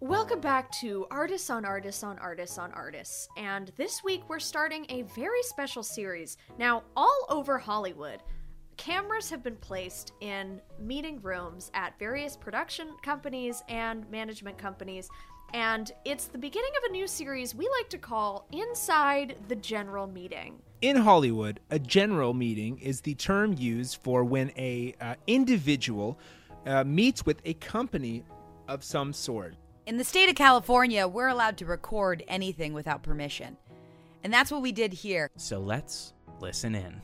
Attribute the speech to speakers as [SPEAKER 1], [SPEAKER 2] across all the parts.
[SPEAKER 1] Welcome back to Artists on Artists on Artists on Artists. And this week we're starting a very special series. Now, all over Hollywood, cameras have been placed in meeting rooms at various production companies and management companies. And it's the beginning of a new series we like to call Inside the General Meeting.
[SPEAKER 2] In Hollywood, a general meeting is the term used for when a uh, individual uh, meets with a company of some sort.
[SPEAKER 3] In the state of California, we're allowed to record anything without permission. And that's what we did here.
[SPEAKER 4] So let's listen in.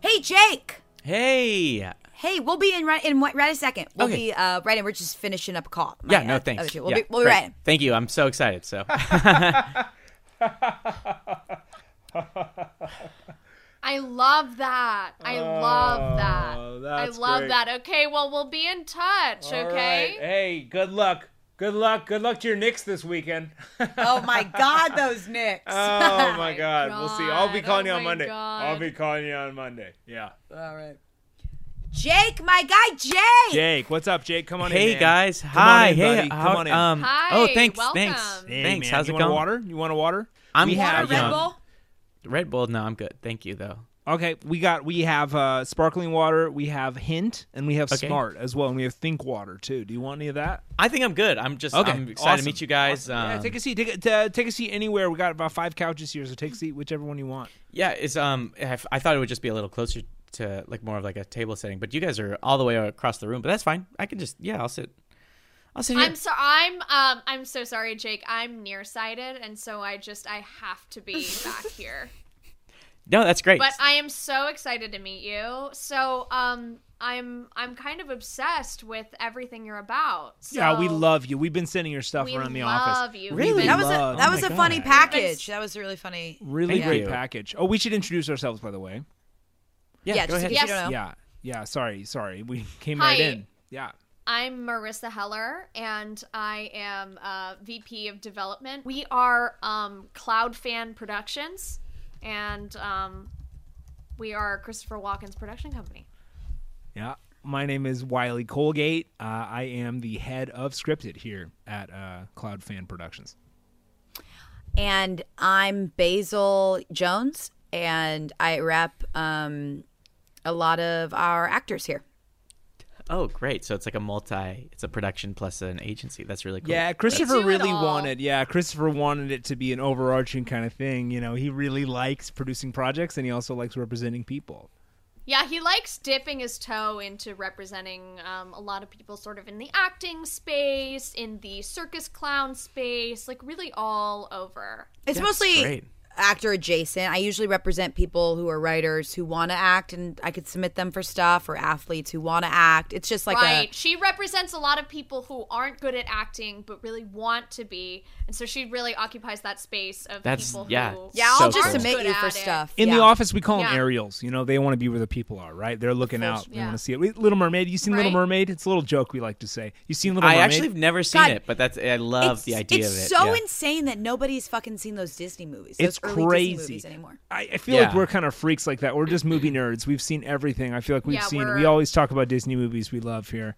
[SPEAKER 3] Hey, Jake!
[SPEAKER 4] Hey!
[SPEAKER 3] Hey, we'll be in right in what- right a second. We'll
[SPEAKER 4] Okay.
[SPEAKER 3] be uh, right in. We're just finishing up a call. My,
[SPEAKER 4] yeah, no
[SPEAKER 3] uh,
[SPEAKER 4] thanks.
[SPEAKER 3] other shit. We'll,
[SPEAKER 4] Yeah,
[SPEAKER 3] be, we'll be
[SPEAKER 4] great.
[SPEAKER 3] right in.
[SPEAKER 4] Thank you. I'm so excited. So
[SPEAKER 1] I love that. I love that.
[SPEAKER 2] Oh, that's
[SPEAKER 1] I love
[SPEAKER 2] great.
[SPEAKER 1] that. Okay, well, we'll be in touch, okay?
[SPEAKER 2] Hey, good luck. Good luck. Good luck to your Knicks this weekend.
[SPEAKER 3] Oh my God, those Knicks.
[SPEAKER 4] Uh,
[SPEAKER 2] Oh my God. We'll see. I'll be
[SPEAKER 1] God.
[SPEAKER 2] calling
[SPEAKER 1] Oh
[SPEAKER 2] you on
[SPEAKER 1] my
[SPEAKER 2] Monday.
[SPEAKER 1] God.
[SPEAKER 2] I'll be calling you on Monday. Yeah.
[SPEAKER 3] All right. Jake, my guy, Jake!
[SPEAKER 2] Jake, what's up, Jake? Come on in.
[SPEAKER 4] hey
[SPEAKER 2] man.
[SPEAKER 4] guys,
[SPEAKER 2] Come
[SPEAKER 4] hi,
[SPEAKER 2] on in,
[SPEAKER 4] hey,
[SPEAKER 2] buddy.
[SPEAKER 4] how-
[SPEAKER 2] Come on in.
[SPEAKER 4] um,
[SPEAKER 1] Hi,
[SPEAKER 4] oh thanks,
[SPEAKER 1] welcome.
[SPEAKER 4] thanks,
[SPEAKER 2] Hey,
[SPEAKER 4] thanks.
[SPEAKER 2] man,
[SPEAKER 4] How's
[SPEAKER 2] you
[SPEAKER 4] it
[SPEAKER 2] want
[SPEAKER 4] going?
[SPEAKER 2] a water? You want a water?
[SPEAKER 4] I'm
[SPEAKER 2] We
[SPEAKER 3] Water,
[SPEAKER 2] have,
[SPEAKER 3] Red
[SPEAKER 4] um,
[SPEAKER 3] Bull?
[SPEAKER 4] Red Bull. No, I'm good. Thank you though.
[SPEAKER 2] Okay, we got we have uh, sparkling water, we have hint, and we have
[SPEAKER 4] Okay.
[SPEAKER 2] smart as well, and we have think water too. Do you want any of that?
[SPEAKER 4] I think I'm good. I'm just I'm excited to
[SPEAKER 2] awesome.
[SPEAKER 4] meet you guys.
[SPEAKER 2] Awesome. yeah,
[SPEAKER 4] Um,
[SPEAKER 2] take a seat. Take a, uh, take a seat anywhere. We got about five couches here, so take a seat, whichever one you want.
[SPEAKER 4] yeah, it's um I f- I thought it would just be a little closer to like more of like a table setting, but you guys are all the way across the room, but that's fine. I can just yeah, I'll sit. I'll sit here.
[SPEAKER 1] I'm so I'm um I'm so sorry, Jake. I'm nearsighted, and so I just I have to be back here.
[SPEAKER 4] no, that's great.
[SPEAKER 1] But I am so excited to meet you. So um I'm I'm kind of obsessed with everything you're about. So
[SPEAKER 2] yeah, we love you. We've been sending your stuff
[SPEAKER 1] we
[SPEAKER 2] around the
[SPEAKER 1] love
[SPEAKER 2] office.
[SPEAKER 1] you.
[SPEAKER 2] Really?
[SPEAKER 1] We've been-
[SPEAKER 3] That was
[SPEAKER 2] Love.
[SPEAKER 3] a,
[SPEAKER 4] Oh
[SPEAKER 3] that was
[SPEAKER 4] my
[SPEAKER 3] a funny
[SPEAKER 4] God.
[SPEAKER 3] package. That was a really funny.
[SPEAKER 2] Really
[SPEAKER 4] Thank
[SPEAKER 2] great
[SPEAKER 4] you.
[SPEAKER 2] package. Oh, we should introduce ourselves, by the way.
[SPEAKER 4] yeah,
[SPEAKER 3] Yeah,
[SPEAKER 4] go
[SPEAKER 3] just in
[SPEAKER 4] ahead.
[SPEAKER 3] case
[SPEAKER 1] Yes.
[SPEAKER 3] you don't know.
[SPEAKER 2] Yeah, yeah. Sorry, sorry. We came
[SPEAKER 1] Hi.
[SPEAKER 2] right in. Yeah.
[SPEAKER 1] I'm Marissa Heller, and I am uh, VP of Development. We are um, Cloud Fan Productions, and um, we are Christopher Walken's production company.
[SPEAKER 2] Yeah. My name is Wiley Colgate. Uh, I am the head of scripted here at uh, Cloud Fan Productions.
[SPEAKER 3] and I'm Basil Jones, and I rep um, a lot of our actors here.
[SPEAKER 4] Oh, great. So it's like a multi it's a production plus an agency. That's really cool.
[SPEAKER 2] Yeah, Christopher
[SPEAKER 1] do it
[SPEAKER 2] really
[SPEAKER 1] all.
[SPEAKER 2] wanted. Yeah, Christopher wanted it to be an overarching kind of thing. You know, he really likes producing projects, and he also likes representing people.
[SPEAKER 1] Yeah, he likes dipping his toe into representing um, a lot of people sort of in the acting space, in the circus clown space, like really all over.
[SPEAKER 3] It's
[SPEAKER 4] That's
[SPEAKER 3] mostly
[SPEAKER 4] great.
[SPEAKER 3] actor adjacent. I usually represent people who are writers who want to act, and I could submit them for stuff, or athletes who want to act. It's just like
[SPEAKER 1] right. She represents a lot of people who aren't good at acting but really want to be. And so she really occupies that space of
[SPEAKER 4] That's-
[SPEAKER 1] people
[SPEAKER 4] yeah.
[SPEAKER 1] who
[SPEAKER 3] a yeah. I'll
[SPEAKER 4] So
[SPEAKER 3] just
[SPEAKER 4] cool.
[SPEAKER 1] aren't
[SPEAKER 3] submit
[SPEAKER 1] good
[SPEAKER 3] you
[SPEAKER 1] at
[SPEAKER 3] for
[SPEAKER 1] it.
[SPEAKER 3] stuff
[SPEAKER 2] In the
[SPEAKER 3] Yeah.
[SPEAKER 2] office, we call
[SPEAKER 1] Yeah.
[SPEAKER 2] them aerials. You know, they want to be where the people are, right? They're looking out. They
[SPEAKER 1] yeah.
[SPEAKER 2] want to see it. We- Little Mermaid. You seen Little
[SPEAKER 1] Right.
[SPEAKER 2] Mermaid? It's a little joke we like to say. You seen Little
[SPEAKER 4] I
[SPEAKER 2] Mermaid?
[SPEAKER 4] actually have never seen
[SPEAKER 3] God,
[SPEAKER 4] it, but that's I love
[SPEAKER 3] it's,
[SPEAKER 4] the idea
[SPEAKER 3] it's
[SPEAKER 4] of it.
[SPEAKER 3] so
[SPEAKER 4] yeah.
[SPEAKER 3] insane that nobody's fucking seen those Disney movies.
[SPEAKER 2] it's
[SPEAKER 3] those early
[SPEAKER 2] crazy.
[SPEAKER 3] Disney movies anymore.
[SPEAKER 2] I, I feel like
[SPEAKER 4] Yeah.
[SPEAKER 2] we're kind of freaks like that. We're just movie nerds. We've seen everything. I feel like we've
[SPEAKER 1] Yeah,
[SPEAKER 2] seen.
[SPEAKER 1] we're-
[SPEAKER 2] We always talk about Disney movies we love here.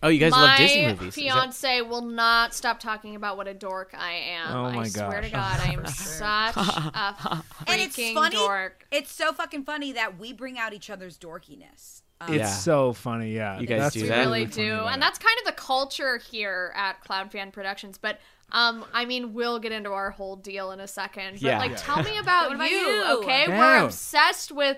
[SPEAKER 4] Oh, you guys
[SPEAKER 1] My
[SPEAKER 4] love Disney movies. Is that-
[SPEAKER 1] fiance will not stop talking about what a dork I am.
[SPEAKER 2] Oh
[SPEAKER 1] I
[SPEAKER 2] my
[SPEAKER 1] swear to
[SPEAKER 2] gosh.
[SPEAKER 1] God, I am such a freaking
[SPEAKER 3] And it's funny.
[SPEAKER 1] dork.
[SPEAKER 3] It's so fucking funny that we bring out each other's dorkiness. Um,
[SPEAKER 2] It's
[SPEAKER 4] Yeah.
[SPEAKER 2] so funny. Yeah,
[SPEAKER 4] You guys
[SPEAKER 2] That's
[SPEAKER 4] do
[SPEAKER 2] what's
[SPEAKER 4] that?
[SPEAKER 1] We really
[SPEAKER 2] funny
[SPEAKER 1] do.
[SPEAKER 2] about
[SPEAKER 1] And
[SPEAKER 2] it.
[SPEAKER 1] that's kind of the culture here at Cloud Fan Productions. But um, I mean, we'll get into our whole deal in a second. But
[SPEAKER 4] Yeah.
[SPEAKER 1] like,
[SPEAKER 4] Yeah.
[SPEAKER 1] tell me about,
[SPEAKER 3] What about
[SPEAKER 1] you,
[SPEAKER 3] you?
[SPEAKER 1] Okay,
[SPEAKER 2] Yeah.
[SPEAKER 1] we're obsessed with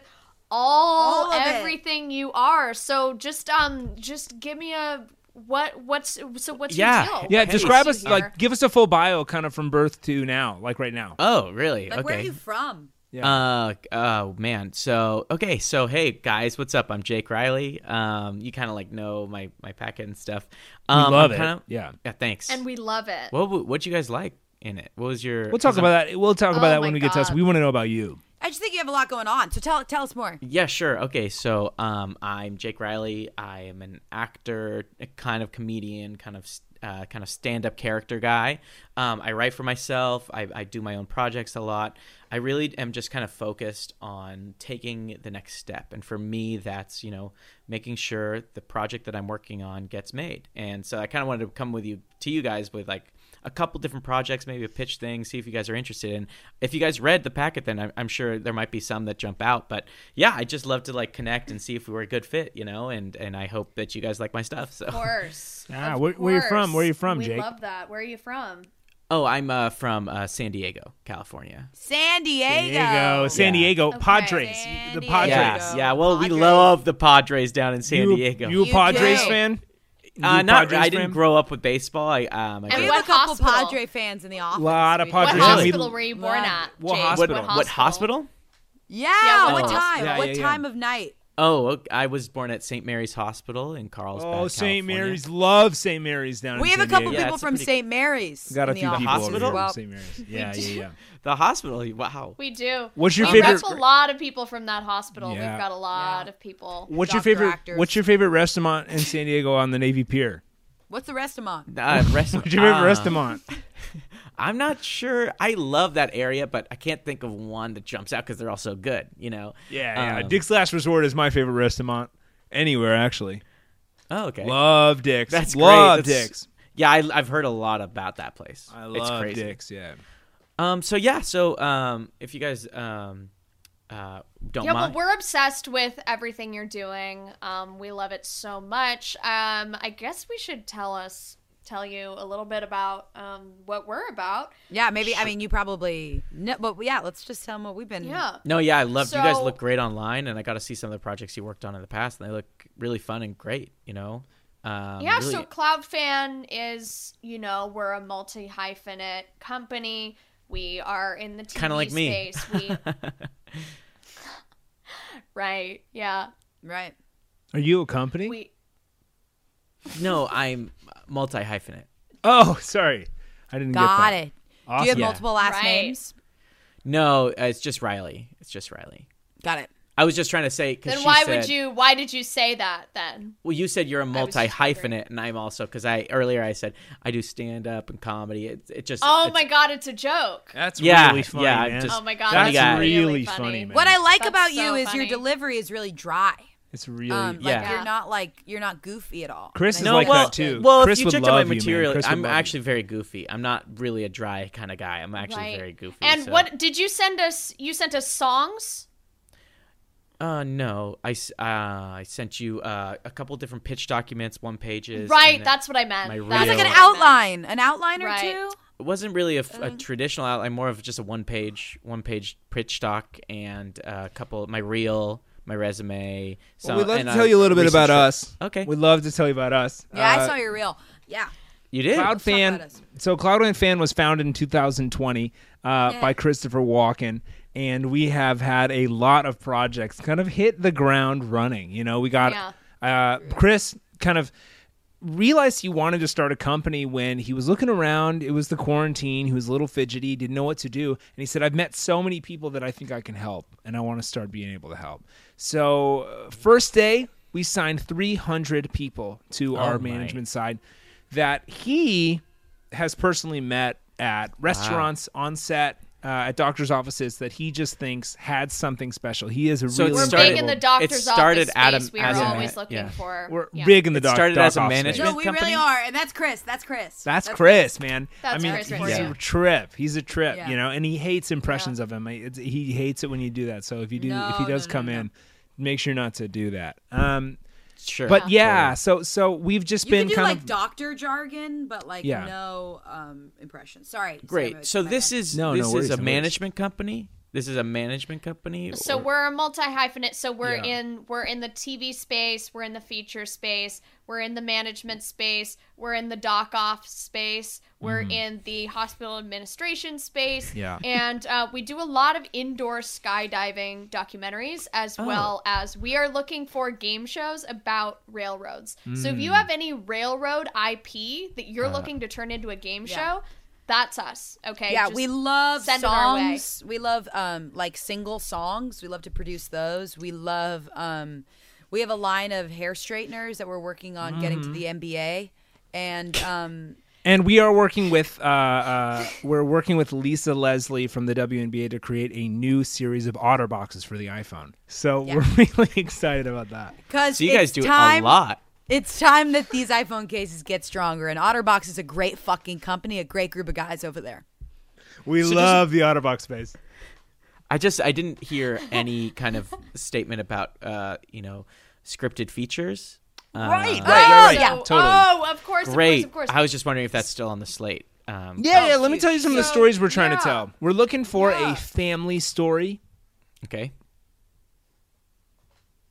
[SPEAKER 1] all,
[SPEAKER 3] All of it.
[SPEAKER 1] everything you are. So just um, just give me a what what's so what's
[SPEAKER 4] Yeah.
[SPEAKER 1] your deal?
[SPEAKER 2] Yeah,
[SPEAKER 1] What brings
[SPEAKER 2] describe
[SPEAKER 1] you
[SPEAKER 2] us
[SPEAKER 1] here?
[SPEAKER 2] like give us a full bio, kind of from birth to now, like right now.
[SPEAKER 4] Oh, really?
[SPEAKER 3] like,
[SPEAKER 4] okay.
[SPEAKER 3] where are you from?
[SPEAKER 4] Uh, oh man. So okay. So hey guys, what's up? I'm Jake Riley. Um, you kind of like know my my packet and stuff. Um,
[SPEAKER 2] love
[SPEAKER 4] I'm
[SPEAKER 2] it.
[SPEAKER 4] kinda-
[SPEAKER 2] Yeah.
[SPEAKER 4] Yeah. Thanks.
[SPEAKER 1] and we love it.
[SPEAKER 4] what would- what'd you guys like? in it? What was your?
[SPEAKER 2] We'll talk about that. We'll talk about
[SPEAKER 1] Oh my
[SPEAKER 2] that when we get to us.
[SPEAKER 1] God.
[SPEAKER 2] We want to know about you.
[SPEAKER 3] I just think you have a lot going on. So tell tell us more.
[SPEAKER 4] Yeah, sure. Okay, so um, I'm Jake Riley. I am an actor, a kind of comedian, kind of uh, kind of stand-up character guy. Um, I write for myself. I, I do my own projects a lot. I really am just kind of focused on taking the next step, and for me, that's you know making sure the project that I'm working on gets made. And so I kind of wanted to come with you to you guys with like a couple different projects, maybe a pitch thing, see if you guys are interested in. If you guys read the packet, then I'm, I'm sure there might be some that jump out. But yeah, I just love to like connect and see if we were a good fit, you know. And and I hope that you guys like my stuff. So
[SPEAKER 1] Of course.
[SPEAKER 2] Ah,
[SPEAKER 1] Of
[SPEAKER 2] where- where you from?
[SPEAKER 1] course.
[SPEAKER 2] Where you from,
[SPEAKER 1] we
[SPEAKER 2] Jake?
[SPEAKER 1] love that. Where are you from?
[SPEAKER 4] oh, I'm uh, from uh, San Diego, California.
[SPEAKER 3] San Diego.
[SPEAKER 2] There you go. San
[SPEAKER 4] Yeah.
[SPEAKER 2] Diego
[SPEAKER 1] Okay.
[SPEAKER 2] Padres.
[SPEAKER 3] San
[SPEAKER 2] the
[SPEAKER 3] Diego.
[SPEAKER 2] Padres.
[SPEAKER 4] Yeah,
[SPEAKER 3] Padres.
[SPEAKER 4] yeah. Well, we
[SPEAKER 3] Padres.
[SPEAKER 4] love the Padres down in San
[SPEAKER 2] You,
[SPEAKER 4] Diego.
[SPEAKER 2] you a
[SPEAKER 3] You
[SPEAKER 2] Padres
[SPEAKER 3] do.
[SPEAKER 2] fan? You
[SPEAKER 4] uh,
[SPEAKER 2] a
[SPEAKER 4] not.
[SPEAKER 2] Padres
[SPEAKER 4] I didn't
[SPEAKER 2] fan?
[SPEAKER 4] grow up with baseball. I um.
[SPEAKER 1] And
[SPEAKER 3] We
[SPEAKER 4] I grew
[SPEAKER 3] have
[SPEAKER 1] what
[SPEAKER 3] a couple
[SPEAKER 1] hospital?
[SPEAKER 3] Padre fans in the office.
[SPEAKER 2] Lot of
[SPEAKER 3] We-
[SPEAKER 1] What
[SPEAKER 2] Padres.
[SPEAKER 4] Really?
[SPEAKER 1] hospital were you born
[SPEAKER 3] Yeah.
[SPEAKER 1] at?
[SPEAKER 2] Uh, What
[SPEAKER 1] Jake?
[SPEAKER 4] what,
[SPEAKER 2] hospital?
[SPEAKER 4] what hospital?
[SPEAKER 3] Yeah.
[SPEAKER 1] Yeah,
[SPEAKER 3] what
[SPEAKER 1] what
[SPEAKER 3] time?
[SPEAKER 1] hospital?
[SPEAKER 2] Yeah,
[SPEAKER 3] what
[SPEAKER 2] yeah, yeah.
[SPEAKER 3] time of night?
[SPEAKER 4] Oh, okay. I was born at St. Mary's Hospital in Carlsbad,
[SPEAKER 2] Oh, St.
[SPEAKER 4] California.
[SPEAKER 2] Mary's. Love St. Mary's down in
[SPEAKER 3] We have a
[SPEAKER 2] San
[SPEAKER 3] couple
[SPEAKER 2] Diego.
[SPEAKER 4] Yeah,
[SPEAKER 3] people
[SPEAKER 4] it's a
[SPEAKER 3] from
[SPEAKER 4] pretty-
[SPEAKER 3] St. Mary's.
[SPEAKER 2] Got a
[SPEAKER 3] in the
[SPEAKER 2] few
[SPEAKER 3] office.
[SPEAKER 2] people
[SPEAKER 4] hospital?
[SPEAKER 2] over here
[SPEAKER 3] Well,
[SPEAKER 2] from St. Mary's. Yeah, yeah, yeah.
[SPEAKER 4] The hospital. Wow.
[SPEAKER 1] We do.
[SPEAKER 2] What's your
[SPEAKER 1] we rep
[SPEAKER 2] favorite-
[SPEAKER 1] a lot of people from that hospital.
[SPEAKER 2] Yeah.
[SPEAKER 1] We've got a lot
[SPEAKER 3] Yeah.
[SPEAKER 1] of people.
[SPEAKER 2] What's your
[SPEAKER 3] Doctor
[SPEAKER 2] favorite?
[SPEAKER 3] actors.
[SPEAKER 2] What's your favorite restaurant in San Diego on the Navy Pier?
[SPEAKER 3] What's the rest of them?
[SPEAKER 4] Uh, rest-
[SPEAKER 2] What's your favorite
[SPEAKER 4] uh,
[SPEAKER 2] restaurant?
[SPEAKER 4] I'm not sure. I love that area, but I can't think of one that jumps out because they're all so good. You know.
[SPEAKER 2] Yeah, yeah.
[SPEAKER 4] Um,
[SPEAKER 2] Dick's Last Resort is my favorite restaurant anywhere, actually.
[SPEAKER 4] Oh, okay.
[SPEAKER 2] Love Dick's.
[SPEAKER 4] That's great.
[SPEAKER 2] love
[SPEAKER 4] That's-
[SPEAKER 2] Dick's.
[SPEAKER 4] Yeah, I, I've heard a lot about that place.
[SPEAKER 2] I
[SPEAKER 4] it's
[SPEAKER 2] love
[SPEAKER 4] crazy.
[SPEAKER 2] Dick's. Yeah.
[SPEAKER 4] Um. So yeah. So um. If you guys um, uh, don't
[SPEAKER 1] Yeah,
[SPEAKER 4] mind.
[SPEAKER 1] well, we're obsessed with everything you're doing. Um, we love it so much. Um, I guess we should tell us, tell you a little bit about um, what we're about.
[SPEAKER 3] Yeah, maybe. I mean, you probably. No, but yeah, let's just tell them what we've been.
[SPEAKER 1] Yeah.
[SPEAKER 4] no, Mm. yeah, I loved you guys.
[SPEAKER 1] So-
[SPEAKER 4] Look great online, and I got to see some of the projects you worked on in the past, and they look really fun and great. You know. Um,
[SPEAKER 1] yeah,
[SPEAKER 4] really-
[SPEAKER 1] so Cloud Fan is, you know, we're a multi hyphenate company. We are in the TV
[SPEAKER 4] Kinda like me.
[SPEAKER 1] space. We, right? Yeah.
[SPEAKER 3] Right.
[SPEAKER 2] Are you a company?
[SPEAKER 1] We
[SPEAKER 4] no, I'm multi hyphenate.
[SPEAKER 2] oh, sorry, I didn't
[SPEAKER 3] Got
[SPEAKER 2] get
[SPEAKER 3] it. Do
[SPEAKER 2] Awesome.
[SPEAKER 3] you have
[SPEAKER 4] Yeah.
[SPEAKER 3] multiple last
[SPEAKER 1] Right.
[SPEAKER 3] names?
[SPEAKER 4] No, uh, it's just Riley. It's just Riley.
[SPEAKER 3] Got it.
[SPEAKER 4] I was just trying to say because
[SPEAKER 1] then why would you? Why did you say that then?
[SPEAKER 4] Well, you said you're a
[SPEAKER 1] was just
[SPEAKER 4] multi hyphenate, and I'm also because I earlier I said I do stand up and comedy. It, it just
[SPEAKER 1] Oh
[SPEAKER 4] it's-
[SPEAKER 1] my god, it's a joke.
[SPEAKER 2] That's
[SPEAKER 4] Yeah,
[SPEAKER 2] really funny,
[SPEAKER 4] yeah, I'm
[SPEAKER 2] man.
[SPEAKER 4] just-
[SPEAKER 1] Oh my god,
[SPEAKER 2] That's
[SPEAKER 1] that's really,
[SPEAKER 2] really
[SPEAKER 1] funny.
[SPEAKER 2] funny, man.
[SPEAKER 3] What I like
[SPEAKER 1] That's
[SPEAKER 3] about you
[SPEAKER 1] so
[SPEAKER 3] is your
[SPEAKER 1] funny.
[SPEAKER 3] delivery is really dry.
[SPEAKER 2] it's really.
[SPEAKER 3] Um, like
[SPEAKER 4] Yeah.
[SPEAKER 3] you're not like you're not goofy at all.
[SPEAKER 2] Chris
[SPEAKER 3] And
[SPEAKER 2] is
[SPEAKER 3] I
[SPEAKER 2] like
[SPEAKER 3] love
[SPEAKER 4] well,
[SPEAKER 2] that too.
[SPEAKER 4] Well,
[SPEAKER 2] Chris
[SPEAKER 4] if you
[SPEAKER 2] would
[SPEAKER 4] checked out my
[SPEAKER 2] love you, man.
[SPEAKER 4] material,
[SPEAKER 2] Chris would
[SPEAKER 4] I'm
[SPEAKER 2] love you.
[SPEAKER 4] actually very goofy. I'm not really a dry kind of guy. I'm actually
[SPEAKER 1] Right.
[SPEAKER 4] very goofy.
[SPEAKER 1] And
[SPEAKER 4] so-
[SPEAKER 1] what did you send us? You sent us songs.
[SPEAKER 4] Uh, no, I s- uh, I sent you uh, a couple different pitch documents, one pages.
[SPEAKER 1] Right,
[SPEAKER 4] and then-
[SPEAKER 1] that's what I meant. That's
[SPEAKER 4] my reel.
[SPEAKER 1] what
[SPEAKER 3] Like
[SPEAKER 4] It's
[SPEAKER 3] an
[SPEAKER 1] I meant.
[SPEAKER 3] outline, an outline or
[SPEAKER 1] Right.
[SPEAKER 3] two.
[SPEAKER 4] it wasn't really a,
[SPEAKER 1] Uh-huh.
[SPEAKER 4] f- a traditional outline, more of just a one page, one page pitch doc and uh, a couple my reel, my resume. So
[SPEAKER 2] Well, we'd love
[SPEAKER 4] and
[SPEAKER 2] to tell you a little bit
[SPEAKER 4] recent
[SPEAKER 2] about
[SPEAKER 4] trip.
[SPEAKER 2] us.
[SPEAKER 4] Okay.
[SPEAKER 2] We'd love to tell you about us.
[SPEAKER 3] Yeah,
[SPEAKER 2] Uh,
[SPEAKER 3] I saw your reel. Yeah.
[SPEAKER 4] You did.
[SPEAKER 2] Cloud
[SPEAKER 3] talk
[SPEAKER 2] Fan.
[SPEAKER 3] about us.
[SPEAKER 2] So Cloud Fan Fan was founded in 2020 uh, by Christopher Walken, and we have had a lot of projects kind of hit the ground running. You know, we got uh, Chris kind of realized he wanted to start a company when he was looking around. It was the quarantine. He was a little fidgety, didn't know what to do. And he said, I've met so many people that I think I can help, and I want to start being able to help. So, uh, first day, we signed 300 people to our
[SPEAKER 4] my.
[SPEAKER 2] management side that he has personally met at restaurants, on set. Uh, at doctors' offices that he just thinks had something special. He is a
[SPEAKER 4] So it
[SPEAKER 2] really
[SPEAKER 1] We're
[SPEAKER 4] started-
[SPEAKER 1] big in the
[SPEAKER 2] incredible-
[SPEAKER 1] doctor's
[SPEAKER 4] it started
[SPEAKER 1] office
[SPEAKER 4] at a-
[SPEAKER 1] space. We
[SPEAKER 4] as
[SPEAKER 1] are
[SPEAKER 4] a
[SPEAKER 1] always
[SPEAKER 4] man-
[SPEAKER 1] looking
[SPEAKER 4] yeah.
[SPEAKER 1] for.
[SPEAKER 2] We're
[SPEAKER 1] yeah.
[SPEAKER 2] big in the
[SPEAKER 4] It
[SPEAKER 2] doc-
[SPEAKER 4] started
[SPEAKER 2] doc
[SPEAKER 4] as a
[SPEAKER 2] office space.
[SPEAKER 4] management
[SPEAKER 3] No, we
[SPEAKER 4] company?
[SPEAKER 3] really are, and that's Chris. That's Chris.
[SPEAKER 2] That's Chris, man.
[SPEAKER 1] That's
[SPEAKER 2] I mean,
[SPEAKER 1] Chris
[SPEAKER 2] he's
[SPEAKER 1] for
[SPEAKER 2] a
[SPEAKER 1] you.
[SPEAKER 2] trip. He's a trip,
[SPEAKER 3] Yeah.
[SPEAKER 2] you know, and he hates impressions of him. It's, he hates it when you do that. So if you do, if he
[SPEAKER 3] No,
[SPEAKER 2] does
[SPEAKER 3] no, no,
[SPEAKER 2] come
[SPEAKER 3] no.
[SPEAKER 2] in, make sure not to do that. Um,
[SPEAKER 4] Sure.
[SPEAKER 2] but yeah, so so we've just
[SPEAKER 3] You
[SPEAKER 2] been
[SPEAKER 3] can do
[SPEAKER 2] kind
[SPEAKER 3] like
[SPEAKER 2] of
[SPEAKER 3] doctor jargon, but like
[SPEAKER 2] Yeah.
[SPEAKER 3] no um, impression. Sorry.
[SPEAKER 4] Great. So this is
[SPEAKER 2] No, no
[SPEAKER 4] this
[SPEAKER 2] worries,
[SPEAKER 4] is a
[SPEAKER 2] no worries.
[SPEAKER 4] management company. This is a management company.
[SPEAKER 1] So
[SPEAKER 4] or-
[SPEAKER 1] we're a multi hyphenate. So we're
[SPEAKER 2] Yeah.
[SPEAKER 1] in we're in the TV space. We're in the feature space. We're in the management space. We're in the doc off space. We're in the hospital administration space.
[SPEAKER 2] Mm-hmm. Yeah.
[SPEAKER 1] And uh, we do a lot of indoor skydiving documentaries as
[SPEAKER 2] Oh.
[SPEAKER 1] well as we are looking for game shows about
[SPEAKER 2] Mm. Uh.
[SPEAKER 1] railroads. So if you have any railroad IP that you're looking to turn into a game
[SPEAKER 3] Yeah.
[SPEAKER 1] show, That's us. Okay.
[SPEAKER 3] yeah,
[SPEAKER 1] Just
[SPEAKER 3] we love
[SPEAKER 1] send it our way.
[SPEAKER 3] songs. We love um like single songs. We love to produce those. We love um we have a line of hair straighteners that we're working on getting to
[SPEAKER 4] Mm-hmm.
[SPEAKER 3] the NBA and um
[SPEAKER 2] And we are working with uh, uh, we're working with Lisa Leslie from the WNBA to create a new series of otter boxes for the iPhone. So
[SPEAKER 3] Yeah.
[SPEAKER 2] we're really excited about that.
[SPEAKER 3] cuz
[SPEAKER 4] So you guys do a lot.
[SPEAKER 3] It's time that these iPhone cases get stronger and Otterbox is a great fucking company, a great group of guys over there.
[SPEAKER 2] We
[SPEAKER 4] So
[SPEAKER 2] love the OtterBox space.
[SPEAKER 4] I just I didn't hear any kind of statement about uh, you know scripted features.
[SPEAKER 2] Right,
[SPEAKER 4] Uh,
[SPEAKER 2] right, right,
[SPEAKER 1] So-
[SPEAKER 2] right. Totally.
[SPEAKER 1] Oh, of course.
[SPEAKER 4] Great.
[SPEAKER 1] Of course. Of course.
[SPEAKER 4] I was just wondering if that's still on the slate. Um,
[SPEAKER 2] Yeah, yeah.
[SPEAKER 1] Oh,
[SPEAKER 2] Let me
[SPEAKER 1] shoot.
[SPEAKER 2] tell you some of the
[SPEAKER 1] So,
[SPEAKER 2] stories we're trying
[SPEAKER 1] yeah.
[SPEAKER 2] to tell. We're looking for
[SPEAKER 1] Yeah.
[SPEAKER 2] a family story.
[SPEAKER 4] Okay.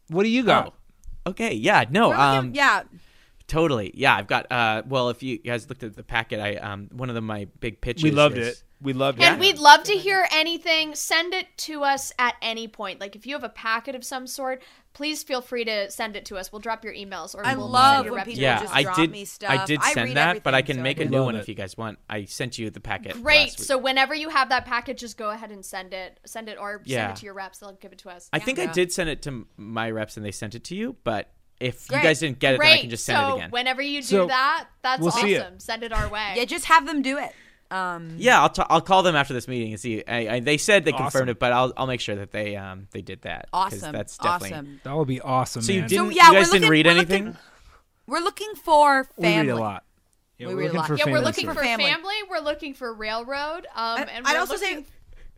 [SPEAKER 2] What do you got?
[SPEAKER 4] Okay. Yeah. No. Um.
[SPEAKER 3] yeah.
[SPEAKER 4] Totally. Yeah. I've got. Uh. Well, if you guys looked at the packet, I um. One of the, my big pitches.
[SPEAKER 2] We loved
[SPEAKER 4] is-
[SPEAKER 2] it. We loved
[SPEAKER 1] And
[SPEAKER 2] it.
[SPEAKER 1] we'd love to hear anything. Send it to us at any point. Like if you have a packet of some sort, please feel free to send it to us. We'll drop your emails or
[SPEAKER 3] I
[SPEAKER 1] we'll
[SPEAKER 3] love
[SPEAKER 1] send your
[SPEAKER 3] when
[SPEAKER 1] rep to
[SPEAKER 3] people
[SPEAKER 1] you.
[SPEAKER 4] Yeah.
[SPEAKER 3] just
[SPEAKER 4] I
[SPEAKER 3] drop
[SPEAKER 4] did.
[SPEAKER 3] me
[SPEAKER 4] I
[SPEAKER 3] stuff.
[SPEAKER 4] did
[SPEAKER 3] I
[SPEAKER 4] send
[SPEAKER 3] read
[SPEAKER 4] that, but I
[SPEAKER 3] everything,
[SPEAKER 4] can
[SPEAKER 3] so
[SPEAKER 4] make
[SPEAKER 3] I
[SPEAKER 4] a
[SPEAKER 3] do.
[SPEAKER 4] new
[SPEAKER 2] Love
[SPEAKER 4] one
[SPEAKER 2] it.
[SPEAKER 4] if you guys want. I sent you the packet.
[SPEAKER 1] Great.
[SPEAKER 4] last week.
[SPEAKER 1] So whenever you have that packet, just go ahead and send it. Send it or send
[SPEAKER 4] Yeah.
[SPEAKER 1] it to your reps. They'll give it to us.
[SPEAKER 4] I
[SPEAKER 1] Yeah.
[SPEAKER 4] think I
[SPEAKER 3] Yeah.
[SPEAKER 4] did send it to m- my reps and they sent it to you, but if
[SPEAKER 3] Great.
[SPEAKER 4] you guys didn't get it, then I can
[SPEAKER 1] Great.
[SPEAKER 4] just send
[SPEAKER 1] so
[SPEAKER 4] it again.
[SPEAKER 1] whenever you do
[SPEAKER 2] So,
[SPEAKER 1] that, that's
[SPEAKER 2] we'll see it.
[SPEAKER 1] awesome. Send it our way.
[SPEAKER 3] Yeah, just have them do it. Um
[SPEAKER 4] Yeah, I'll, t- I'll call them after this meeting and see. I, I, they said they
[SPEAKER 2] Awesome.
[SPEAKER 4] confirmed it, but I'll, I'll make sure that they um they did that. 'cause
[SPEAKER 3] awesome.
[SPEAKER 4] That's definitely.
[SPEAKER 3] Awesome.
[SPEAKER 2] that would be awesome.
[SPEAKER 4] So you
[SPEAKER 2] man.
[SPEAKER 4] didn't?
[SPEAKER 3] yeah,
[SPEAKER 4] you
[SPEAKER 3] we're
[SPEAKER 4] guys
[SPEAKER 3] looking-
[SPEAKER 4] didn't read
[SPEAKER 3] we're looking-
[SPEAKER 4] anything?
[SPEAKER 3] We're looking for
[SPEAKER 2] We
[SPEAKER 3] family.
[SPEAKER 2] read a lot. Yeah,
[SPEAKER 3] We
[SPEAKER 2] we're
[SPEAKER 3] read a
[SPEAKER 2] looking
[SPEAKER 3] lot.
[SPEAKER 2] for
[SPEAKER 1] Yeah,
[SPEAKER 2] family
[SPEAKER 1] we're looking
[SPEAKER 2] stories.
[SPEAKER 1] for
[SPEAKER 3] For
[SPEAKER 1] family.
[SPEAKER 3] family.
[SPEAKER 1] We're looking for railroad. Um, and we're
[SPEAKER 3] I'd also
[SPEAKER 1] looking,
[SPEAKER 3] say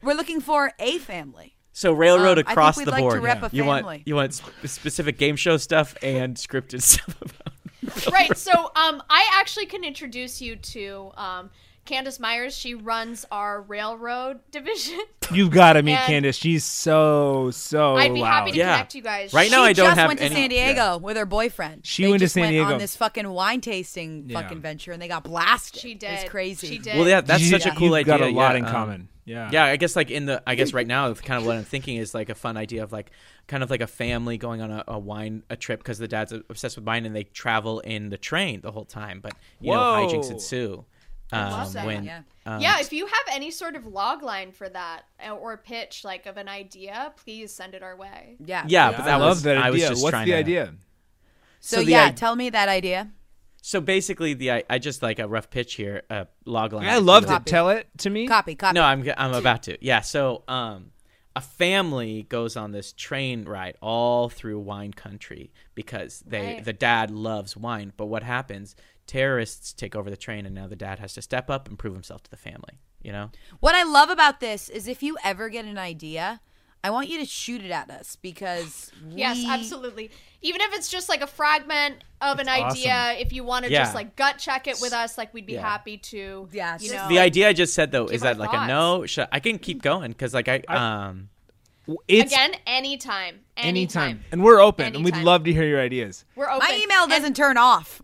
[SPEAKER 3] we're looking for a family.
[SPEAKER 4] So railroad
[SPEAKER 3] Um, I think
[SPEAKER 4] across
[SPEAKER 3] we'd
[SPEAKER 4] the
[SPEAKER 3] like to
[SPEAKER 4] board.
[SPEAKER 3] rep a
[SPEAKER 4] You
[SPEAKER 3] family.
[SPEAKER 4] want you want sp- specific game show stuff and scripted stuff about.
[SPEAKER 1] right. So, um, I actually can introduce you to um, Candace Myers. She runs our railroad division.
[SPEAKER 2] You've got to meet
[SPEAKER 1] And-
[SPEAKER 2] Candace. She's so so
[SPEAKER 1] I'd be
[SPEAKER 2] loud.
[SPEAKER 1] happy to
[SPEAKER 4] Yeah.
[SPEAKER 1] connect you guys.
[SPEAKER 4] Right now,
[SPEAKER 3] she
[SPEAKER 4] I don't
[SPEAKER 3] just
[SPEAKER 4] have
[SPEAKER 3] went to
[SPEAKER 4] any-
[SPEAKER 3] San Diego with her boyfriend.
[SPEAKER 2] She
[SPEAKER 3] They
[SPEAKER 2] went to
[SPEAKER 3] just
[SPEAKER 2] San Diego.
[SPEAKER 3] on this fucking wine tasting
[SPEAKER 2] Yeah.
[SPEAKER 3] fucking venture, and they got blasted.
[SPEAKER 1] she
[SPEAKER 3] It
[SPEAKER 1] did.
[SPEAKER 3] was crazy.
[SPEAKER 1] She did.
[SPEAKER 4] Well, yeah, that's
[SPEAKER 2] You-
[SPEAKER 4] such a cool
[SPEAKER 2] you've
[SPEAKER 4] idea.
[SPEAKER 2] Got a lot
[SPEAKER 4] yeah,
[SPEAKER 2] in
[SPEAKER 4] um,
[SPEAKER 2] common. Yeah.
[SPEAKER 4] Yeah, I guess like in the I guess right now kind of what I'm thinking is like a fun idea of like kind of like a family going on a, a wine a trip because the dad's obsessed with wine and they travel in the train the whole time, but you know hijinks
[SPEAKER 2] Whoa.
[SPEAKER 4] ensue.
[SPEAKER 3] love
[SPEAKER 4] um,
[SPEAKER 3] that,
[SPEAKER 4] when,
[SPEAKER 3] yeah.
[SPEAKER 4] um,
[SPEAKER 1] Yeah, if you have any sort of log line for that uh, or pitch like of an idea, please send it our way.
[SPEAKER 3] Yeah.
[SPEAKER 4] yeah,
[SPEAKER 2] Yeah,
[SPEAKER 4] but that
[SPEAKER 2] I
[SPEAKER 4] was
[SPEAKER 2] love that idea.
[SPEAKER 4] I was just
[SPEAKER 2] What's
[SPEAKER 4] trying
[SPEAKER 2] the
[SPEAKER 4] to-
[SPEAKER 2] idea?
[SPEAKER 3] So,
[SPEAKER 4] so the
[SPEAKER 3] yeah,
[SPEAKER 4] i-
[SPEAKER 3] tell me that idea.
[SPEAKER 4] So basically, the I, I just like a rough pitch here. Uh, log line.
[SPEAKER 2] I loved it.
[SPEAKER 3] Copy.
[SPEAKER 2] Tell it to me.
[SPEAKER 3] Copy, copy.
[SPEAKER 4] No, I'm I'm about to. Yeah. So, um, a family goes on this train ride all through wine country because they
[SPEAKER 1] Right.
[SPEAKER 4] the dad loves wine. But what happens? Terrorists take over the train, and now the dad has to step up and prove himself to the family. You know?
[SPEAKER 3] What I love about this is if you ever get an idea, I want you to shoot it at us because
[SPEAKER 1] Yes,
[SPEAKER 3] we-
[SPEAKER 1] absolutely. Even if it's just like a fragment of an
[SPEAKER 2] It's
[SPEAKER 1] idea, if you want to
[SPEAKER 4] Yeah.
[SPEAKER 1] just like gut check it with us, like we'd be
[SPEAKER 4] Yeah.
[SPEAKER 1] happy to.
[SPEAKER 3] Yeah,
[SPEAKER 1] you
[SPEAKER 3] just
[SPEAKER 1] know,
[SPEAKER 4] The idea I just said though
[SPEAKER 1] Give
[SPEAKER 4] is that
[SPEAKER 1] our
[SPEAKER 4] like
[SPEAKER 1] thoughts.
[SPEAKER 4] a no. Should, I can keep going because like I, um
[SPEAKER 2] It's
[SPEAKER 1] again anytime, anytime.
[SPEAKER 2] anytime, and we're open, and we'd
[SPEAKER 1] Anytime.
[SPEAKER 2] love to hear your ideas.
[SPEAKER 1] We're open.
[SPEAKER 3] my email doesn't turn off.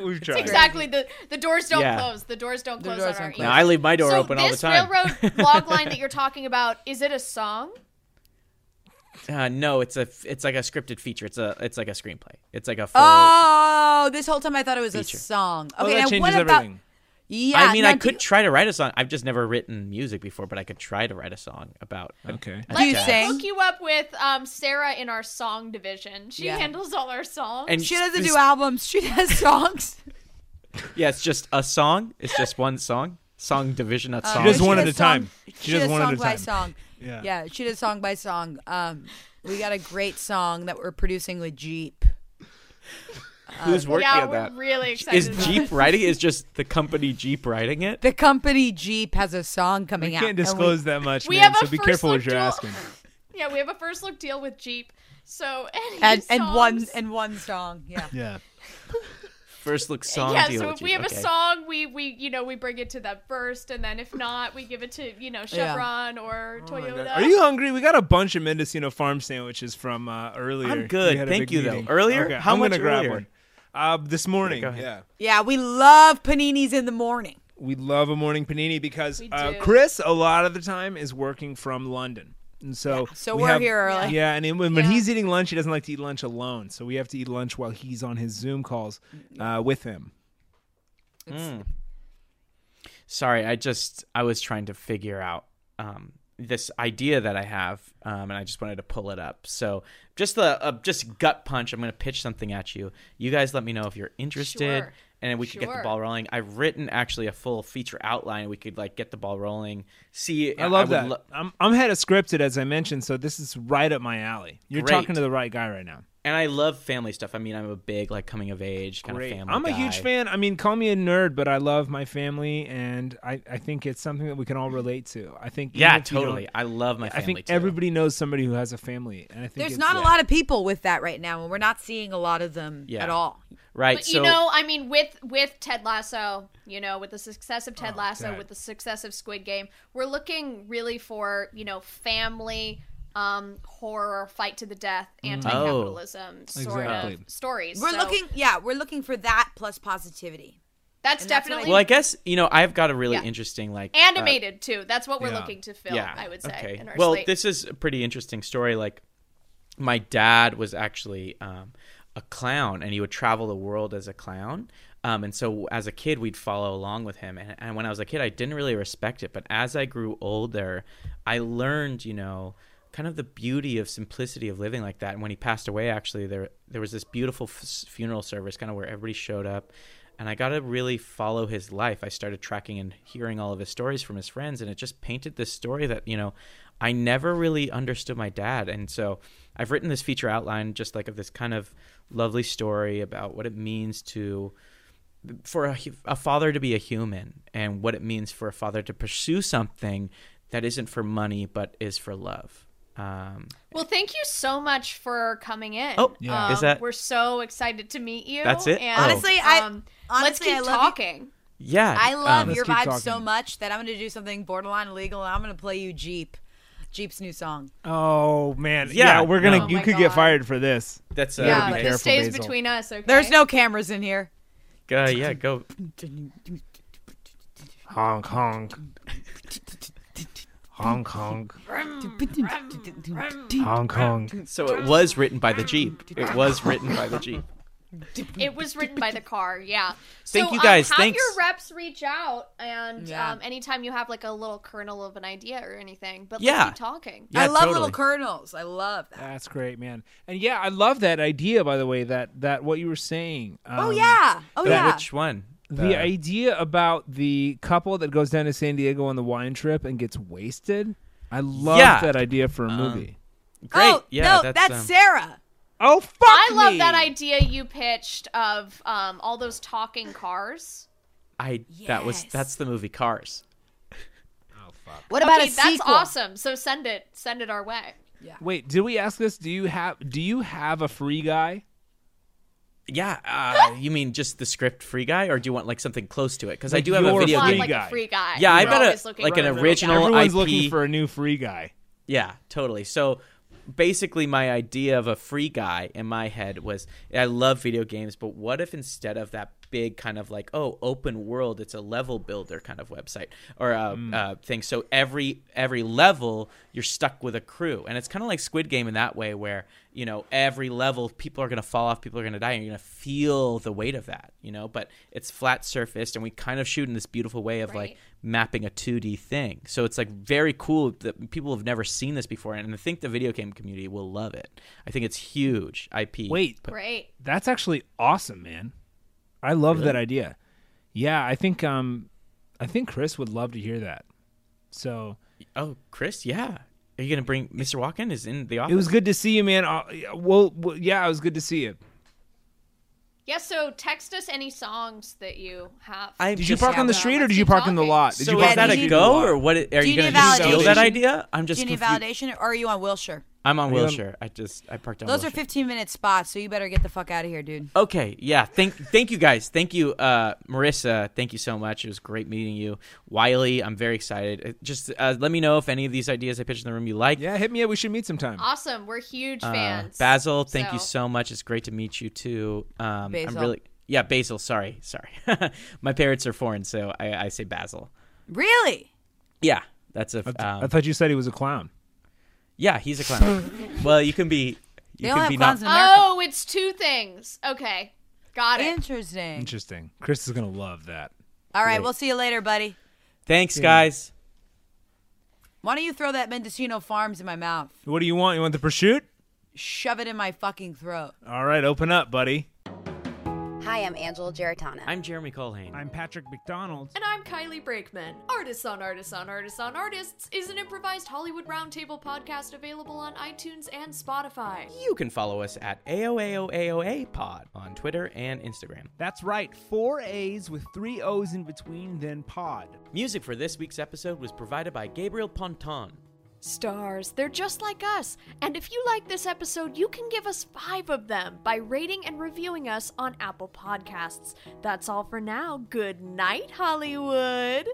[SPEAKER 2] We've tried.
[SPEAKER 1] Exactly. The the doors don't
[SPEAKER 4] Yeah.
[SPEAKER 1] close. The doors don't close
[SPEAKER 3] doors
[SPEAKER 1] on our
[SPEAKER 3] don't
[SPEAKER 1] email.
[SPEAKER 4] no, I leave my door
[SPEAKER 1] so
[SPEAKER 4] open all the
[SPEAKER 1] this
[SPEAKER 4] time.
[SPEAKER 1] railroad log line that you're talking about, is it a song?
[SPEAKER 4] uh, no, it's a it's like a scripted feature. It's a it's like a screenplay. It's like a full.
[SPEAKER 3] Oh, this whole time I thought it was
[SPEAKER 4] Feature.
[SPEAKER 3] a song.
[SPEAKER 2] Oh,
[SPEAKER 3] Okay,
[SPEAKER 2] that
[SPEAKER 3] now
[SPEAKER 2] changes
[SPEAKER 3] what about?
[SPEAKER 2] everything.
[SPEAKER 3] Yeah,
[SPEAKER 4] I mean,
[SPEAKER 3] now
[SPEAKER 4] I
[SPEAKER 3] do
[SPEAKER 4] could
[SPEAKER 3] you-
[SPEAKER 4] try to write a song. I've just never written music before, but I could try to write a song about. um, a-
[SPEAKER 2] Okay.
[SPEAKER 4] a
[SPEAKER 3] Do you
[SPEAKER 4] dad.
[SPEAKER 3] sing?
[SPEAKER 1] Hook you up with um, Sarah in our song division. She
[SPEAKER 3] Yeah.
[SPEAKER 1] handles all our songs.
[SPEAKER 4] And
[SPEAKER 3] She doesn't
[SPEAKER 4] sp-
[SPEAKER 3] do albums. She does songs.
[SPEAKER 4] Yeah, it's just a song. It's just one song. Song division, not
[SPEAKER 3] Uh,
[SPEAKER 4] song.
[SPEAKER 2] She does
[SPEAKER 3] she
[SPEAKER 2] one at a
[SPEAKER 3] does
[SPEAKER 2] time.
[SPEAKER 3] song-
[SPEAKER 2] She does one
[SPEAKER 3] song
[SPEAKER 2] at a
[SPEAKER 3] by
[SPEAKER 2] time.
[SPEAKER 3] song.
[SPEAKER 2] Yeah.
[SPEAKER 3] Yeah. she does song by song. Um, we got a great song that we're producing with Jeep.
[SPEAKER 4] Who's working
[SPEAKER 1] uh, yeah,
[SPEAKER 4] on
[SPEAKER 1] we're
[SPEAKER 4] that?
[SPEAKER 1] really excited.
[SPEAKER 4] Is
[SPEAKER 1] about
[SPEAKER 4] Jeep
[SPEAKER 1] it.
[SPEAKER 4] writing? Is just the company Jeep writing it?
[SPEAKER 3] The company Jeep has a song coming
[SPEAKER 2] We
[SPEAKER 3] out.
[SPEAKER 2] can't
[SPEAKER 3] and we-
[SPEAKER 2] disclose that much,
[SPEAKER 1] We
[SPEAKER 2] man.
[SPEAKER 1] have a
[SPEAKER 2] So be
[SPEAKER 1] first
[SPEAKER 2] careful what
[SPEAKER 1] look
[SPEAKER 2] you're
[SPEAKER 1] duel.
[SPEAKER 2] asking.
[SPEAKER 1] Yeah, we have a first look deal with Jeep. So any
[SPEAKER 3] and, and one
[SPEAKER 1] songs-
[SPEAKER 3] and one song. Yeah.
[SPEAKER 2] Yeah.
[SPEAKER 4] First look song.
[SPEAKER 1] yeah,
[SPEAKER 4] deal
[SPEAKER 1] so
[SPEAKER 4] with
[SPEAKER 1] if we
[SPEAKER 4] Jeep,
[SPEAKER 1] have
[SPEAKER 4] okay.
[SPEAKER 1] a song, we we you know we bring it to them first, and then if not, we give it to you know Chevron or Toyota.
[SPEAKER 2] Oh Are you hungry? We got a bunch of Mendocino Farm sandwiches from uh, earlier.
[SPEAKER 4] I'm good.
[SPEAKER 2] We had a
[SPEAKER 4] Thank
[SPEAKER 2] big
[SPEAKER 4] you, though.
[SPEAKER 2] meeting.
[SPEAKER 4] Earlier?
[SPEAKER 2] Okay,
[SPEAKER 4] How
[SPEAKER 2] I'm
[SPEAKER 4] much
[SPEAKER 2] gonna grab
[SPEAKER 4] earlier?
[SPEAKER 2] one. Uh, this morning.
[SPEAKER 4] go ahead.
[SPEAKER 2] Yeah.
[SPEAKER 3] Yeah, we love paninis in the morning.
[SPEAKER 2] we love a morning panini because
[SPEAKER 1] We
[SPEAKER 2] uh,
[SPEAKER 1] do.
[SPEAKER 2] Chris a lot of the time is working from London, and so
[SPEAKER 3] So
[SPEAKER 2] we
[SPEAKER 3] we are
[SPEAKER 2] have-
[SPEAKER 3] here early.
[SPEAKER 2] Yeah, and when, when
[SPEAKER 1] Yeah.
[SPEAKER 2] he's eating lunch, he doesn't like to eat lunch alone, so we have to eat lunch while he's on his Zoom calls uh, with him.
[SPEAKER 4] sorry, I just I was trying to figure out um, this idea that I have, um, and I just wanted to pull it up. So just the uh, just gut punch. I'm going to pitch something at you. You guys, let me know if you're interested,
[SPEAKER 1] Sure.
[SPEAKER 4] and we could get
[SPEAKER 1] Sure.
[SPEAKER 4] the ball rolling. I've written actually a full feature outline. We could like get the ball rolling. See,
[SPEAKER 2] I love
[SPEAKER 4] would
[SPEAKER 2] that.
[SPEAKER 4] lo-
[SPEAKER 2] I'm I'm head of scripted as I mentioned, so this is right up my alley. You're
[SPEAKER 4] Great.
[SPEAKER 2] talking to the right guy right now.
[SPEAKER 4] and I love family stuff. I mean, I'm a big like coming of age kind
[SPEAKER 2] Great.
[SPEAKER 4] of family.
[SPEAKER 2] I'm a huge
[SPEAKER 4] guy.
[SPEAKER 2] fan. I mean, call me a nerd, but I love my family, and I, I think it's something that we can all relate to. I think even
[SPEAKER 4] Yeah,
[SPEAKER 2] if you don't-
[SPEAKER 4] totally. I love my
[SPEAKER 2] I
[SPEAKER 4] family.
[SPEAKER 2] think
[SPEAKER 4] too.
[SPEAKER 2] everybody knows somebody who has a family, and I think
[SPEAKER 3] There's
[SPEAKER 2] it's-
[SPEAKER 3] not a lot of people with that right now, and we're not seeing a lot of them
[SPEAKER 4] Yeah.
[SPEAKER 3] at all.
[SPEAKER 4] right.
[SPEAKER 1] But
[SPEAKER 4] so
[SPEAKER 1] you know, I mean, with with Ted Lasso, you know, with the success of Ted
[SPEAKER 4] Oh,
[SPEAKER 1] Lasso,
[SPEAKER 2] God.
[SPEAKER 1] with the success of Squid Game, we're looking really for you know family um horror, fight to the death,
[SPEAKER 4] Mm.
[SPEAKER 1] anti-capitalism
[SPEAKER 4] Oh.
[SPEAKER 1] sort
[SPEAKER 2] Exactly.
[SPEAKER 1] of stories.
[SPEAKER 3] We're
[SPEAKER 1] So
[SPEAKER 3] looking, yeah, we're looking for that plus positivity.
[SPEAKER 1] That's
[SPEAKER 3] and that's what I-
[SPEAKER 1] definitely
[SPEAKER 4] Well, I guess you know I've got a really
[SPEAKER 1] Yeah.
[SPEAKER 4] interesting like uh,
[SPEAKER 1] animated too. That's what we're
[SPEAKER 2] yeah.
[SPEAKER 1] looking to fill. I would say. In our
[SPEAKER 4] well,
[SPEAKER 1] slate.
[SPEAKER 4] this is a pretty interesting story. Like, my dad was actually um, a clown, and he would travel the world as a clown. Um, and so, as a kid, we'd follow along with him. And, and when I was a kid, I didn't really respect it. But as I grew older, I learned, you know, kind of the beauty of simplicity of living like that. And when he passed away, actually, there there was this beautiful f- funeral service, kind of where everybody showed up and I got to really follow his life. I started tracking and hearing all of his stories from his friends, and it just painted this story that, you know, I never really understood my dad. And so I've written this feature outline just like of this kind of lovely story about what it means to for a, hu- a father to be a human and what it means for a father to pursue something that isn't for money but is for love. Um,
[SPEAKER 1] Well, thank you so much for coming in.
[SPEAKER 4] Oh, yeah.
[SPEAKER 1] Um,
[SPEAKER 4] Is that-
[SPEAKER 1] we're so excited to meet you.
[SPEAKER 4] That's it? Oh.
[SPEAKER 1] And,
[SPEAKER 4] Honestly,
[SPEAKER 3] I-
[SPEAKER 1] um, let's
[SPEAKER 3] honestly,
[SPEAKER 1] keep
[SPEAKER 3] I love you.
[SPEAKER 1] talking.
[SPEAKER 4] yeah, um,
[SPEAKER 3] I love
[SPEAKER 2] let's
[SPEAKER 3] your
[SPEAKER 2] keep
[SPEAKER 3] vibe
[SPEAKER 2] talking.
[SPEAKER 3] so much that I'm going to do something borderline illegal, and I'm going to play you Jeep, Jeep's new song.
[SPEAKER 2] Oh man, yeah,
[SPEAKER 4] Yeah,
[SPEAKER 2] we're gonna.
[SPEAKER 1] no. Oh
[SPEAKER 2] you
[SPEAKER 1] my
[SPEAKER 2] could get
[SPEAKER 1] God.
[SPEAKER 2] fired for this.
[SPEAKER 4] that's uh,
[SPEAKER 2] better
[SPEAKER 1] yeah,
[SPEAKER 2] be
[SPEAKER 1] this
[SPEAKER 2] careful,
[SPEAKER 1] stays
[SPEAKER 2] Basil.
[SPEAKER 1] between us. Okay.
[SPEAKER 3] There's no cameras in here.
[SPEAKER 4] uh, yeah, go.
[SPEAKER 2] Hong Kong. Hong Kong. Hong Kong.
[SPEAKER 4] So it was written by the Jeep. It was written by the Jeep.
[SPEAKER 1] It was written by the car. Yeah.
[SPEAKER 4] Thank
[SPEAKER 1] so,
[SPEAKER 4] you guys,
[SPEAKER 1] Um, have
[SPEAKER 4] thanks.
[SPEAKER 1] your reps reach out, and
[SPEAKER 3] Yeah.
[SPEAKER 1] um, anytime you have like a little kernel of an idea or anything, but
[SPEAKER 4] Yeah.
[SPEAKER 1] let's keep talking.
[SPEAKER 4] Yeah,
[SPEAKER 3] I love
[SPEAKER 4] totally.
[SPEAKER 3] little kernels. I love that.
[SPEAKER 2] That's great, man. And yeah, I love that idea. By the way, that that what you were saying.
[SPEAKER 3] oh
[SPEAKER 2] um,
[SPEAKER 3] yeah. Oh
[SPEAKER 4] But
[SPEAKER 3] yeah.
[SPEAKER 4] Which one?
[SPEAKER 2] The idea about the couple that goes down to San Diego on the wine trip and gets wasted. I love
[SPEAKER 4] Yeah.
[SPEAKER 2] that idea for a
[SPEAKER 1] Um,
[SPEAKER 2] movie.
[SPEAKER 4] great.
[SPEAKER 3] Oh
[SPEAKER 4] yeah,
[SPEAKER 3] no,
[SPEAKER 4] that's,
[SPEAKER 3] that's,
[SPEAKER 4] um,
[SPEAKER 3] Sarah.
[SPEAKER 2] Oh fuck!
[SPEAKER 1] I love
[SPEAKER 2] me.
[SPEAKER 1] that idea you pitched of um, all those talking cars.
[SPEAKER 4] I that was
[SPEAKER 3] Yes.
[SPEAKER 4] that's the movie Cars.
[SPEAKER 3] What about
[SPEAKER 1] okay,
[SPEAKER 3] a
[SPEAKER 1] that's
[SPEAKER 3] sequel?
[SPEAKER 1] awesome. So send it, send it our way.
[SPEAKER 2] Wait, did we ask this? Do you have do you have a free guy?
[SPEAKER 4] Yeah, uh, you mean just the script free guy, or do you want like something close to it? Because I
[SPEAKER 2] Like
[SPEAKER 4] do have a
[SPEAKER 2] your
[SPEAKER 4] video
[SPEAKER 1] Want,
[SPEAKER 2] free
[SPEAKER 4] game.
[SPEAKER 1] like
[SPEAKER 2] guy.
[SPEAKER 1] a free guy.
[SPEAKER 4] Yeah, I
[SPEAKER 1] We're
[SPEAKER 4] bet a-
[SPEAKER 1] always looking
[SPEAKER 4] like
[SPEAKER 1] for
[SPEAKER 4] an
[SPEAKER 1] a free guy.
[SPEAKER 4] original- Or
[SPEAKER 2] Everyone's
[SPEAKER 4] IP.
[SPEAKER 2] looking for a new free guy.
[SPEAKER 4] Yeah, totally. So basically, my idea of a free guy in my head was I love video games, but what if instead of that big kind of like oh open world it's a level builder kind of website or a uh, thing so every every level you're stuck with a crew and it's kind of like squid game in that way where you know every level people are going to fall off people are going to die and you're going to feel the weight of that you know but it's flat surfaced and we kind of shoot in this beautiful way of like
[SPEAKER 1] Right.
[SPEAKER 4] mapping a 2D thing. So it's like very cool that people have never seen this before, and I think the video game community will love it. I think it's huge IP.
[SPEAKER 2] Wait,
[SPEAKER 1] Great.
[SPEAKER 2] that's actually awesome, man. I love that idea. Yeah, I think um, I think Chris would love to hear that. So
[SPEAKER 4] oh, Chris, yeah, are you gonna bring Mr. Walken? Is in the office?
[SPEAKER 2] it was good to see you, man. Uh, yeah, well, well, yeah, it was good to see you.
[SPEAKER 1] Yeah, so text us any songs that you have.
[SPEAKER 4] I
[SPEAKER 2] Did you
[SPEAKER 4] just-
[SPEAKER 2] park on the
[SPEAKER 1] Yeah,
[SPEAKER 2] street or
[SPEAKER 1] let's
[SPEAKER 2] did you
[SPEAKER 1] keep
[SPEAKER 2] park in the
[SPEAKER 1] talking.
[SPEAKER 2] lot? Did
[SPEAKER 4] So
[SPEAKER 2] you
[SPEAKER 4] is
[SPEAKER 2] park
[SPEAKER 4] that
[SPEAKER 2] on the
[SPEAKER 4] a
[SPEAKER 2] street
[SPEAKER 4] go
[SPEAKER 2] or
[SPEAKER 4] or
[SPEAKER 2] what?
[SPEAKER 4] what? Are
[SPEAKER 3] Do
[SPEAKER 4] you
[SPEAKER 3] you
[SPEAKER 4] gonna
[SPEAKER 3] need
[SPEAKER 4] just steal that
[SPEAKER 3] validation?
[SPEAKER 4] idea? I'm just
[SPEAKER 3] Do you need
[SPEAKER 4] confused.
[SPEAKER 3] validation, or are you on Wilshire?
[SPEAKER 4] I'm on
[SPEAKER 2] you on-
[SPEAKER 4] wheelchair. I just I parked on.
[SPEAKER 3] Those are
[SPEAKER 4] Wilshire.
[SPEAKER 3] 15 minute spots, so you better get the fuck out of here, dude.
[SPEAKER 4] Okay, yeah. Thank thank you guys. Thank you, uh, Marissa. Thank you so much. It was great meeting you, Wiley. I'm very excited. Uh, Just uh, let me know if any of these ideas I pitched in the room you like.
[SPEAKER 2] Yeah, hit me up. We should meet sometime.
[SPEAKER 4] Um,
[SPEAKER 1] Awesome. We're huge fans.
[SPEAKER 4] Uh, Basil, thank you
[SPEAKER 1] So-
[SPEAKER 4] so much. It's great to meet you too. Um, I'm
[SPEAKER 3] Basil.
[SPEAKER 4] really yeah, Basil. Sorry, sorry. My parents are foreign, so I, I say Basil.
[SPEAKER 3] Really?
[SPEAKER 4] Yeah, that's a
[SPEAKER 2] I
[SPEAKER 4] um,
[SPEAKER 2] thought you said he was a clown.
[SPEAKER 4] yeah. He's a clown. well, you can be. You
[SPEAKER 3] They
[SPEAKER 4] can
[SPEAKER 3] only
[SPEAKER 4] be
[SPEAKER 3] have clowns
[SPEAKER 4] not.
[SPEAKER 3] in America.
[SPEAKER 1] Oh, it's two things. Okay. Got it.
[SPEAKER 3] Oh, Interesting.
[SPEAKER 2] Interesting. Chris is gonna love that.
[SPEAKER 3] All right,
[SPEAKER 4] Great.
[SPEAKER 3] we'll see you later, buddy.
[SPEAKER 4] Thanks, guys.
[SPEAKER 3] Why don't you throw that Mendocino Farms in my mouth?
[SPEAKER 2] What do you want? You want the prosciutto?
[SPEAKER 3] Shove it in my fucking throat.
[SPEAKER 2] All right, open up, buddy.
[SPEAKER 5] Hi, I'm Angela Geritano.
[SPEAKER 4] I'm Jeremy Colhane.
[SPEAKER 2] I'm Patrick McDonald.
[SPEAKER 1] And I'm Kylie Brakeman. Artists on Artists on Artists on Artists is an improvised Hollywood roundtable podcast available on iTunes and Spotify.
[SPEAKER 4] You can follow us at AOAOAOA Pod on Twitter and Instagram.
[SPEAKER 2] That's right, four A's with three O's in between, then pod.
[SPEAKER 4] Music for this week's episode was provided by Gabriel Ponton.
[SPEAKER 1] Stars, they're just like us. And if you like this episode, you can give us five of them by rating and reviewing us on Apple Podcasts. That's all for now. Good night, Hollywood.